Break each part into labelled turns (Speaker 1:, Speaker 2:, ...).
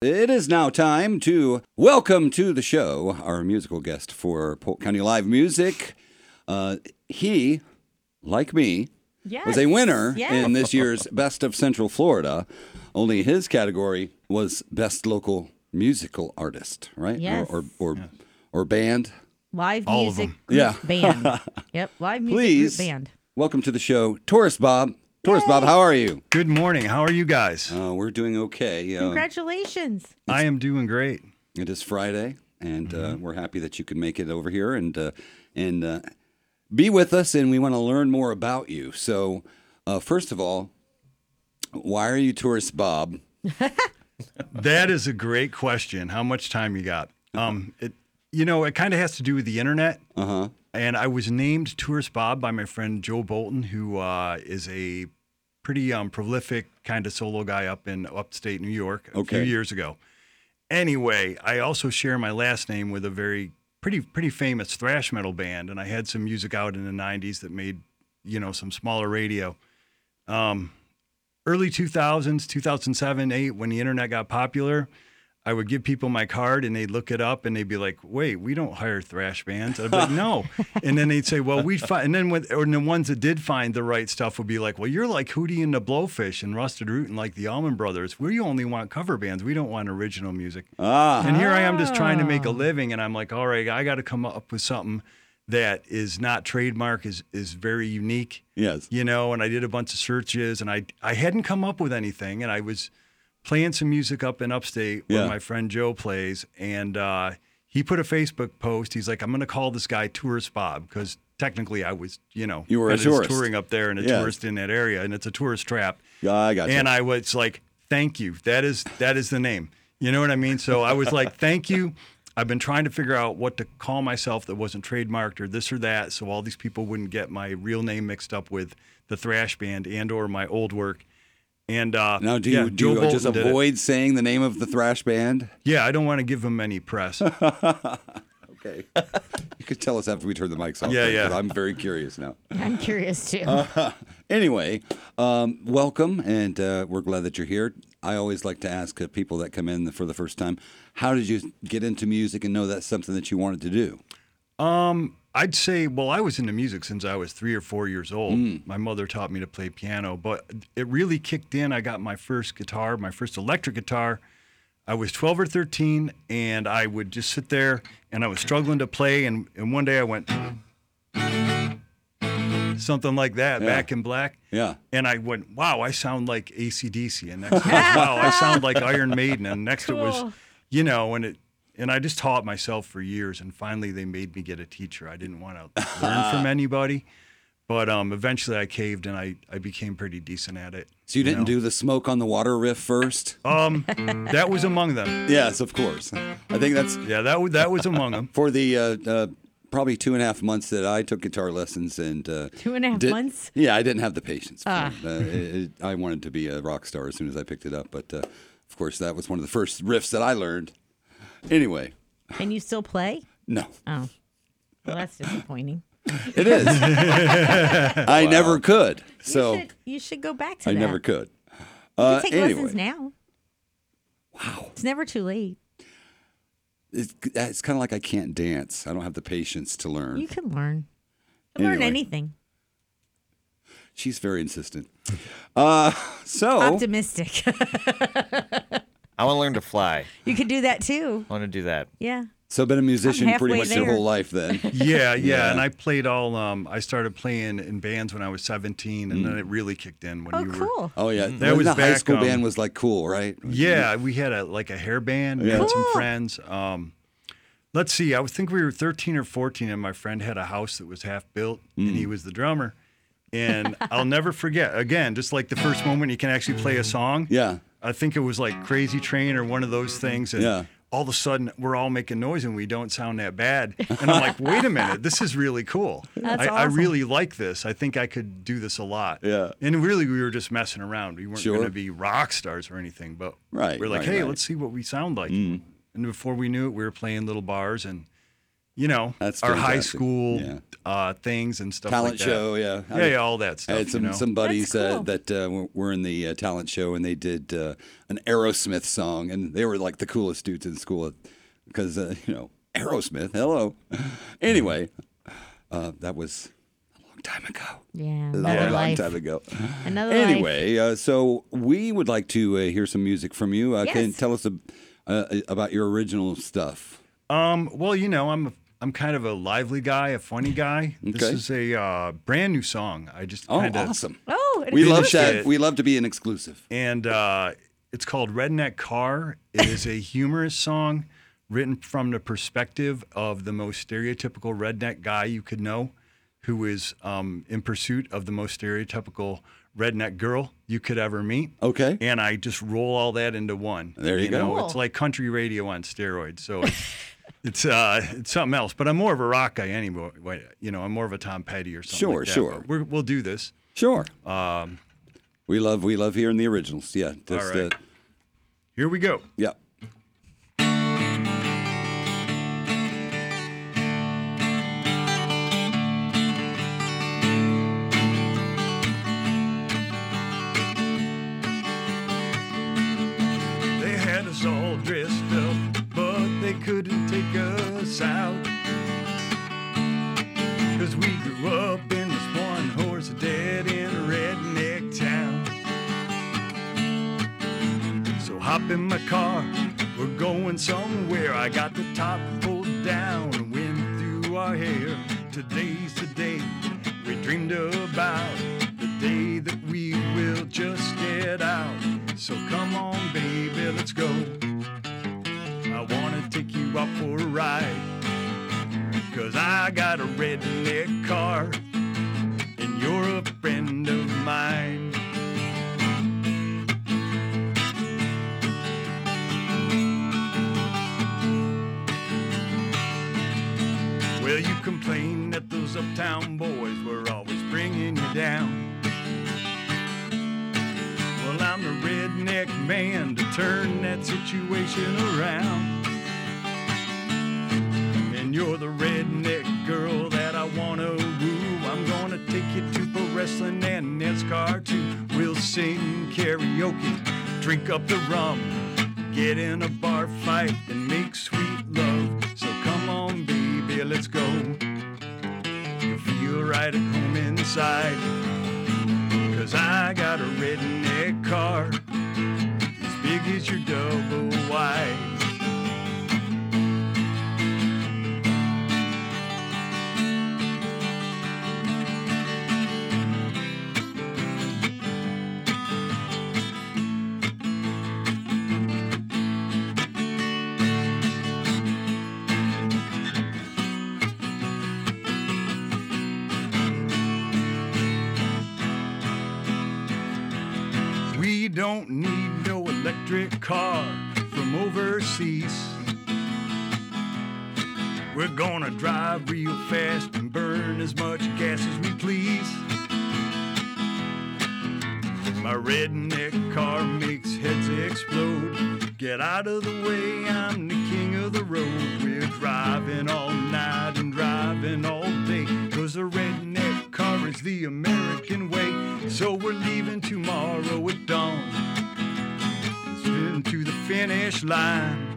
Speaker 1: It is now time to welcome to the show our musical guest for Polk County Live Music. Uh, he, like me,
Speaker 2: Yes.
Speaker 1: was a winner
Speaker 2: Yes.
Speaker 1: in this year's Best of Central Florida. Only his category was Best Local Musical Artist, right?
Speaker 2: Yes.
Speaker 1: Or or or, or band.
Speaker 2: live
Speaker 3: All of
Speaker 2: music
Speaker 3: them.
Speaker 2: group
Speaker 1: Yeah.
Speaker 2: band. yep, live music
Speaker 1: Please Um,
Speaker 2: group band.
Speaker 1: welcome to the show, Taurus Bob. Taurus Bob, how are you?
Speaker 3: Good morning. How are you guys?
Speaker 1: Uh, we're doing okay. Uh,
Speaker 2: Congratulations.
Speaker 3: I am doing great.
Speaker 1: It is Friday, and uh,
Speaker 3: Mm-hmm.
Speaker 1: we're happy that you could make it over here and uh, and uh, be with us. And we want to learn more about you. So, uh, first of all, why are you tourist Bob?
Speaker 3: That is a great question. How much time you got? Um, it, you know, it kind of has to do with the internet.
Speaker 1: Uh huh.
Speaker 3: And I was named Tourist Bob by my friend Joe Bolton, who uh, is a pretty um, prolific kind of solo guy up in upstate New York a
Speaker 1: Okay.
Speaker 3: few years ago. Anyway, I also share my last name with a very pretty pretty famous thrash metal band, and I had some music out in the '90s that made you know some smaller radio. Um, early 2000s, 2007, eight, when the internet got popular. I would give people my card and they'd look it up and they'd be like, wait, we don't hire thrash bands. I'd be like, no. And then they'd say, well, we find, and then when, or the ones that did find the right stuff would be like, well, you're like Hootie and the Blowfish and Rusted Root and like the Allman Brothers. We only want cover bands. We don't want original music.
Speaker 1: Ah,
Speaker 3: And here I am just trying to make a
Speaker 2: Oh.
Speaker 3: living, and I'm like, all right, I got to come up with something that is not trademark, is is very unique,
Speaker 1: yes.
Speaker 3: you know. And I did a bunch of searches, and I I hadn't come up with anything, and I was playing some music up in upstate where
Speaker 1: Yeah.
Speaker 3: my friend Joe plays, and uh, he put a Facebook post. He's like, I'm going to call this guy Tourist Bob because technically I was, you know,
Speaker 1: You were a
Speaker 3: kinda just
Speaker 1: tourist.
Speaker 3: touring up there and a
Speaker 1: Yeah.
Speaker 3: tourist in that area, and it's a tourist trap
Speaker 1: Yeah, I got
Speaker 3: and
Speaker 1: you.
Speaker 3: I was like, "Thank you. That is that is the name." You know what I mean? So I was like, "Thank you." I've been trying to figure out what to call myself that wasn't trademarked or this or that, so all these people wouldn't get my real name mixed up with the thrash band and or my old work. And uh,
Speaker 1: now, do
Speaker 3: yeah,
Speaker 1: you
Speaker 3: Joe
Speaker 1: do you
Speaker 3: Bolton
Speaker 1: just
Speaker 3: did it.
Speaker 1: avoid saying the name of the thrash band?
Speaker 3: Yeah, I don't want to give them any press.
Speaker 1: Okay. you could tell us after we turn the mics off.
Speaker 3: Yeah,
Speaker 1: though, 'cause
Speaker 3: yeah.
Speaker 1: I'm very curious now.
Speaker 2: I'm curious too.
Speaker 1: uh, anyway, um, welcome, and uh, we're glad that you're here. I always like to ask uh, people that come in for the first time, how did you get into music and know that's something that you wanted to do?
Speaker 3: I'd say, well, I was into music since I was three or four years old. My mother taught me to play piano, but it really kicked in. I got my first guitar, my first electric guitar. I was 12 or 13, and I would just sit there and I was struggling to play. And, and one day I went something like that, back in black.
Speaker 1: Yeah.
Speaker 3: And I went, wow, I sound like ACDC. And next, it was, wow, I sound like Iron Maiden. And next it
Speaker 2: Cool.
Speaker 3: was, you know, and it, and I just taught myself for years. And finally, they made me get a teacher. I didn't want to learn from anybody. But um, eventually, I caved and I, I became pretty decent at it.
Speaker 1: So you didn't do the smoke on the water riff first?
Speaker 3: Um, that was among them.
Speaker 1: Yes, of course. I think that's
Speaker 3: Yeah, that, wa- that was among them.
Speaker 1: for the uh, uh, probably two and a half months that I took guitar lessons and uh,
Speaker 2: Two and a half
Speaker 1: Did-
Speaker 2: months?
Speaker 1: Yeah, I didn't have the patience. for
Speaker 2: Ah.
Speaker 1: it. Uh, it- it- I wanted to be a rock star as soon as I picked it up, but uh, of course that was one of the first riffs that I learned. Anyway,
Speaker 2: And you still play?
Speaker 1: no.
Speaker 2: Oh. Well, that's disappointing.
Speaker 1: It is. I never could. So
Speaker 2: you, should, you should go back to
Speaker 1: I
Speaker 2: that.
Speaker 1: never could.
Speaker 2: You
Speaker 1: Uh,
Speaker 2: can take
Speaker 1: anyway,
Speaker 2: lessons now. Wow. It's never too late.
Speaker 1: it's, it's kind of like I can't dance. I don't have the patience to learn.
Speaker 2: You can learn. You can learn
Speaker 1: Anyway.
Speaker 2: anything.
Speaker 1: She's very insistent. Uh, so
Speaker 2: Optimistic.
Speaker 4: I want to learn to fly.
Speaker 2: you could do that too.
Speaker 4: I want to do that.
Speaker 2: Yeah.
Speaker 1: so been a musician pretty
Speaker 2: halfway
Speaker 1: much
Speaker 2: there.
Speaker 1: your whole life then.
Speaker 3: Yeah, yeah, And I played all, um, I started playing in bands when I was 17, and then
Speaker 1: Mm.
Speaker 3: it really kicked in when
Speaker 2: Oh,
Speaker 3: you were.
Speaker 2: cool.
Speaker 1: Oh yeah, that
Speaker 3: was
Speaker 1: the high
Speaker 3: back,
Speaker 1: school
Speaker 3: um,
Speaker 1: band was like cool, right?
Speaker 3: Yeah, we had a like a hair band. We
Speaker 1: Yeah.
Speaker 3: had some
Speaker 2: Cool.
Speaker 3: friends. Um, let's see. I would think we were 13 or 14, and my friend had a house that was half built, and he was the drummer. And I'll never forget. Again, just like the first moment you can actually play a song.
Speaker 1: Yeah.
Speaker 3: I think it was like Crazy Train or one of those things. And
Speaker 1: Yeah.
Speaker 3: all of a sudden, we're all making noise and we don't sound that bad. And I'm like, wait a minute, this is really cool.
Speaker 2: That's
Speaker 3: I, I
Speaker 2: awesome.
Speaker 3: really like this. I think I could do this a lot.
Speaker 1: Yeah.
Speaker 3: And really, we were just messing around. We weren't
Speaker 1: Sure.
Speaker 3: going to be rock stars or anything, but
Speaker 1: Right,
Speaker 3: we're like,
Speaker 1: right, Mm.
Speaker 3: hey,
Speaker 1: right.
Speaker 3: let's see what we sound like. And before we knew it, we were playing little bars and you know,
Speaker 1: That's
Speaker 3: our high
Speaker 1: fantastic.
Speaker 3: school
Speaker 1: Yeah.
Speaker 3: uh, things and stuff
Speaker 1: talent
Speaker 3: like that.
Speaker 1: show. Yeah,
Speaker 3: Yeah, yeah, all that stuff.
Speaker 1: I had some
Speaker 3: Uh, you know?
Speaker 1: some buddies
Speaker 2: That's cool.
Speaker 1: uh, that uh, were- were in the uh, talent show, and they did uh, an Aerosmith song, and they were like the coolest dudes in school because uh, you know Aerosmith. Hello. Anyway, uh, that was a long time ago. A
Speaker 2: Yeah.
Speaker 1: long,
Speaker 2: Another
Speaker 1: long
Speaker 2: life.
Speaker 1: time ago.
Speaker 2: Another life.
Speaker 1: Anyway, uh, so we would like to uh, hear some music from you. Uh, Can you
Speaker 2: Yes.
Speaker 1: tell us ab- uh, about your original stuff?
Speaker 3: Um, well, you know, I'm I'm kind of a lively guy, a funny guy. This
Speaker 1: Okay.
Speaker 3: is a uh, brand new song. I just
Speaker 1: Oh,
Speaker 3: kind of
Speaker 1: awesome!
Speaker 2: Oh, it
Speaker 1: We
Speaker 2: is.
Speaker 1: love
Speaker 3: Appreciate
Speaker 1: that.
Speaker 3: it.
Speaker 1: We love to be an exclusive.
Speaker 3: and uh, it's called Redneck Car. It is a humorous song written from the perspective of the most stereotypical redneck guy you could know, who is um, in pursuit of the most stereotypical redneck girl you could ever meet.
Speaker 1: Okay.
Speaker 3: And I just roll all that into one.
Speaker 1: There you go.
Speaker 3: know,
Speaker 2: Cool.
Speaker 3: it's like country radio on steroids. So. It's, It's uh, it's something else, but I'm more of a rock guy anyway. You know, I'm more of a Tom Petty or something.
Speaker 1: Sure,
Speaker 3: like that,
Speaker 1: sure.
Speaker 3: but We're, we'll do this.
Speaker 1: Sure. Um, we love we love hearing the originals. Yeah. Just,
Speaker 3: right.
Speaker 1: uh,
Speaker 3: Here we go.
Speaker 1: yeah.
Speaker 3: They had us all dressed up, but they couldn't take us out. Cause we grew up in this one horse dead in a redneck town. So hop in my car, we're going somewhere. I got the top pulled down and wind through our hair. Today's the day we dreamed about, the day that we will just get out. So come on, baby, let's go. I wanna take you out for a ride, cause I got a redneck car, and you're a friend of mine. Well, you complain that those uptown boys were always bringing you down. Well, I'm the redneck man to turn that situation around. And you're the redneck girl that I wanna woo. I'm gonna take you to pro wrestling and NASCAR too. We'll sing karaoke, drink up the rum, get in a bar fight, and make sweet love. So come on, baby, let's go. You feel right at home inside. Cause I got a redneck car, as big as your double wide. We don't need no electric car from overseas. We're gonna drive real fast and burn as much gas as we please. My redneck car makes heads explode. Get out of the way, I'm the king of the road. We're driving all night and driving all day. Cause a redneck car is the American way. So we're leaving tomorrow at dawn. It's been to the finish line.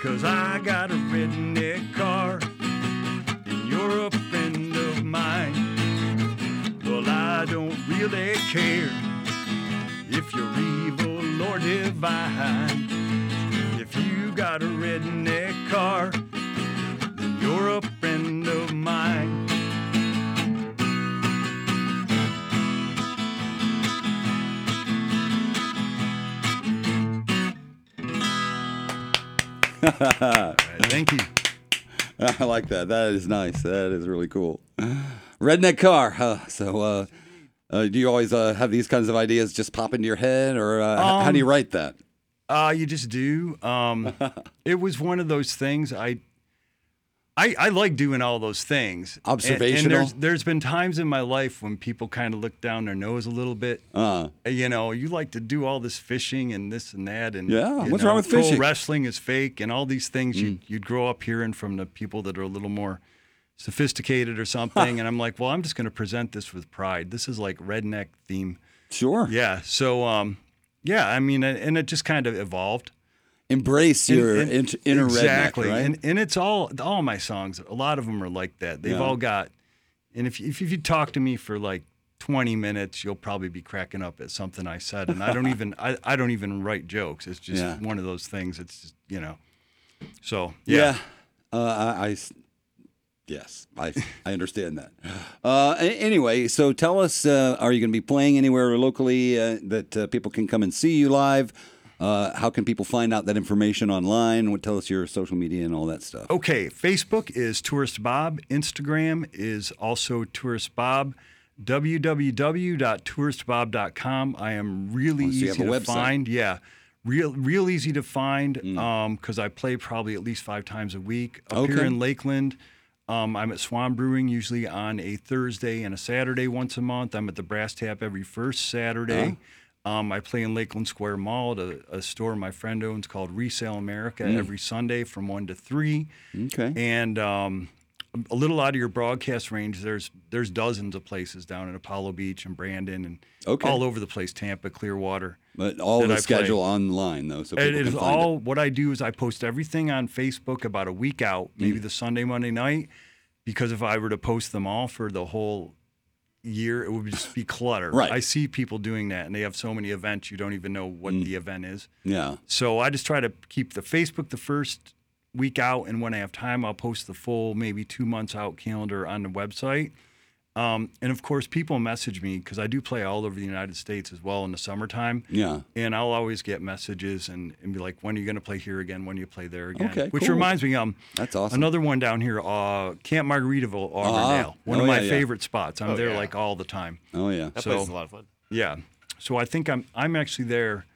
Speaker 3: Cause I got a redneck car, and you're a friend of mine. Well, I don't really care if you're evil or divine. If you got a redneck car, then you're a friend of mine. All right, thank you.
Speaker 1: I like that. That is nice. That is really cool. Redneck car. Huh? So, uh, uh, do you always uh, have these kinds of ideas just pop into your head, or uh, h- how do you write that?
Speaker 3: Um, Uh, you just do. Um, it was one of those things. I I, I like doing all those things. And-
Speaker 1: Observational?
Speaker 3: And, there's, there's been times in my life when people kind of look down their nose a little bit.
Speaker 1: Uh,
Speaker 3: you know, you like to do all this fishing and this and that, and
Speaker 1: Yeah,
Speaker 3: you
Speaker 1: what's wrong
Speaker 3: know,
Speaker 1: with
Speaker 3: pro
Speaker 1: fishing? Mm.
Speaker 3: Wrestling is fake, and all these things you you grow up hearing from the people that are a little more sophisticated or something. and I'm like, well, I'm just going to present this with pride. This is like redneck theme.
Speaker 1: sure.
Speaker 3: Yeah. So, um, yeah, I mean, and and it just kind of evolved.
Speaker 1: Embrace
Speaker 3: And-
Speaker 1: your
Speaker 3: and-
Speaker 1: int- inner
Speaker 3: exactly,
Speaker 1: redneck, right?
Speaker 3: and and it's all all my songs. A lot of them are like that. They've
Speaker 1: Yeah.
Speaker 3: all got, and if if you talk to me for like twenty minutes, you'll probably be cracking up at something I said. And I don't even I, I don't even write jokes. It's just
Speaker 1: Yeah.
Speaker 3: one of those things. It's just, you know, so
Speaker 1: yeah. Uh, I, I s- yes, I I understand that. Uh, a- anyway, so tell us, uh, are you going to be playing anywhere locally uh, that uh, people can come and see you live? Uh, how can people find out that information online? What- Tell us your social media and all that stuff.
Speaker 3: Okay, Facebook is Tourist Bob. Instagram is also Tourist Bob. www.touristbob.com. I am really
Speaker 1: Oh, so you have
Speaker 3: easy
Speaker 1: a
Speaker 3: to
Speaker 1: website. Hmm.
Speaker 3: find. Yeah, real real easy to find because I play probably at least five times a week up here
Speaker 1: Okay.
Speaker 3: in Lakeland. Um, I'm at Swan Brewing usually on a Thursday and a Saturday once a month. I'm at the Brass Tap every first
Speaker 1: Uh-huh.
Speaker 3: Saturday. Um, I play in Lakeland Square Mall at a, a store my friend owns called Resale America
Speaker 1: Hmm.
Speaker 3: every Sunday from 1 to 3
Speaker 1: Okay.
Speaker 3: and um, a little out of your broadcast range. There's there's dozens of places down in Apollo Beach and Brandon and
Speaker 1: Okay.
Speaker 3: all over the place, Tampa, Clearwater.
Speaker 1: But all
Speaker 3: that
Speaker 1: the
Speaker 3: I play.
Speaker 1: schedule online though, so people
Speaker 3: It
Speaker 1: can
Speaker 3: is
Speaker 1: find
Speaker 3: all what I do is I post everything on Facebook about a week out,
Speaker 1: Mm.
Speaker 3: maybe the Sunday, Monday night, because if I were to post them all for the whole year, it would just be clutter.
Speaker 1: Right.
Speaker 3: I see people doing that, and they have so many events you don't even know what
Speaker 1: Mm.
Speaker 3: the event is.
Speaker 1: it. Yeah.
Speaker 3: So I just try to keep the Facebook the first week out, and when I have time, I'll post the full maybe two months out calendar on the website. Um, and of course, people message me because I do play all over the United States as well in the summertime.
Speaker 1: Yeah.
Speaker 3: And I'll always get messages and, and be like, when are you going to play here again? When do you play there again?
Speaker 1: Okay,
Speaker 3: Which
Speaker 1: cool.
Speaker 3: reminds me, um,
Speaker 1: That's awesome.
Speaker 3: another one down here, uh, Camp Margaritaville, Auburndale, one
Speaker 1: Oh,
Speaker 3: of my
Speaker 1: yeah, yeah.
Speaker 3: favorite spots. I'm
Speaker 4: Oh,
Speaker 3: there
Speaker 4: yeah.
Speaker 3: like all the time.
Speaker 1: Oh yeah.
Speaker 4: That
Speaker 3: So-
Speaker 4: place is a lot of fun.
Speaker 3: Yeah. So I think I'm I'm actually there,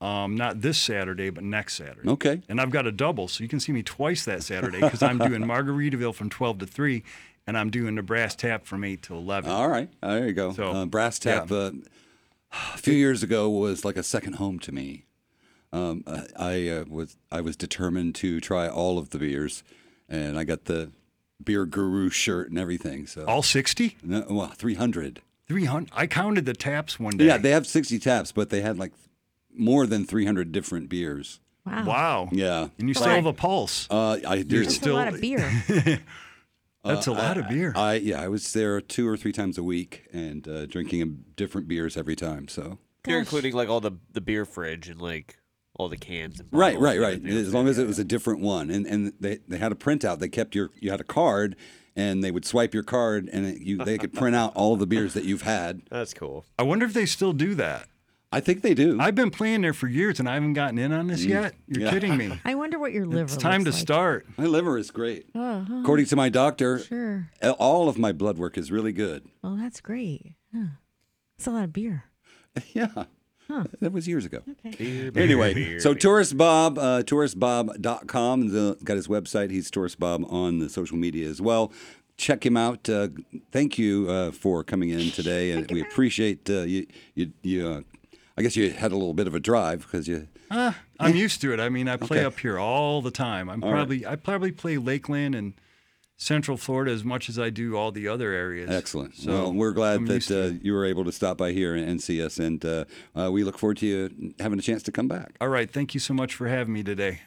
Speaker 3: um, not this Saturday, but next Saturday.
Speaker 1: Okay.
Speaker 3: And I've got a double, so you can see me twice that Saturday because I'm doing Margaritaville from twelve to three, and I'm doing the Brass Tap from eight to eleven.
Speaker 1: All right. There you go.
Speaker 3: So,
Speaker 1: uh, Brass Tap
Speaker 3: yeah.
Speaker 1: uh, a few years ago was like a second home to me. Um, I, I uh, was I was determined to try all of the beers, and I got the beer guru shirt and everything. So
Speaker 3: All sixty?
Speaker 1: no, well, three hundred.
Speaker 3: Three hundred? I counted the taps one day.
Speaker 1: Yeah, they have sixty taps, but they had like more than three hundred different beers.
Speaker 2: Wow.
Speaker 3: wow.
Speaker 1: Yeah,
Speaker 3: And you still
Speaker 2: Right.
Speaker 3: have a pulse.
Speaker 1: uh, I do.
Speaker 2: That's
Speaker 3: Still-
Speaker 2: a lot of beer.
Speaker 1: Uh,
Speaker 3: That's a lot of beer.
Speaker 1: I yeah, I was there two or three times a week and uh, drinking a, different beers every time. So
Speaker 4: You're
Speaker 2: Gosh.
Speaker 4: including like all the the beer fridge and like all the cans. And
Speaker 1: Right,
Speaker 4: bottles
Speaker 1: right,
Speaker 4: and
Speaker 1: right.
Speaker 4: everything
Speaker 1: As
Speaker 4: like
Speaker 1: long
Speaker 4: that.
Speaker 1: as it was a different one, and and they, they had a printout. They kept your you had a card, and they would swipe your card, and it, you they could print out all the beers that you've had.
Speaker 4: That's cool.
Speaker 3: I wonder if they still do that.
Speaker 1: I think they do.
Speaker 3: I've been playing there for years and I haven't gotten in on this yet. You're
Speaker 1: Mm. Yeah.
Speaker 3: kidding me.
Speaker 2: I wonder what your liver
Speaker 3: It's time to
Speaker 2: looks like. Uh-huh.
Speaker 3: start.
Speaker 1: my liver is great, according to my doctor.
Speaker 2: Sure.
Speaker 1: a- All of my blood work is really good.
Speaker 2: Well, that's great. Huh. That's a lot of beer.
Speaker 1: Yeah, that was years ago.
Speaker 2: Okay.
Speaker 1: anyway, so Tourist Bob, uh, touristbob.com. The, got his website. He's Tourist Bob on the social media as well. Check him out. Uh, thank you uh, for coming in today, and we appreciate uh, you. You, you uh, I guess you had a little bit of a drive because you.
Speaker 3: Uh, I'm used to it. I mean, I play
Speaker 1: Okay.
Speaker 3: up here all the time. I'm probably I probably play Lakeland and Central Florida as much as I do all the other areas.
Speaker 1: Excellent.
Speaker 3: So
Speaker 1: well, we're glad
Speaker 3: I'm used
Speaker 1: that
Speaker 3: to
Speaker 1: uh, you were able to stop by here and, and see us, and uh, uh, we look forward to you having a chance to come back.
Speaker 3: All right, thank you so much for having me today.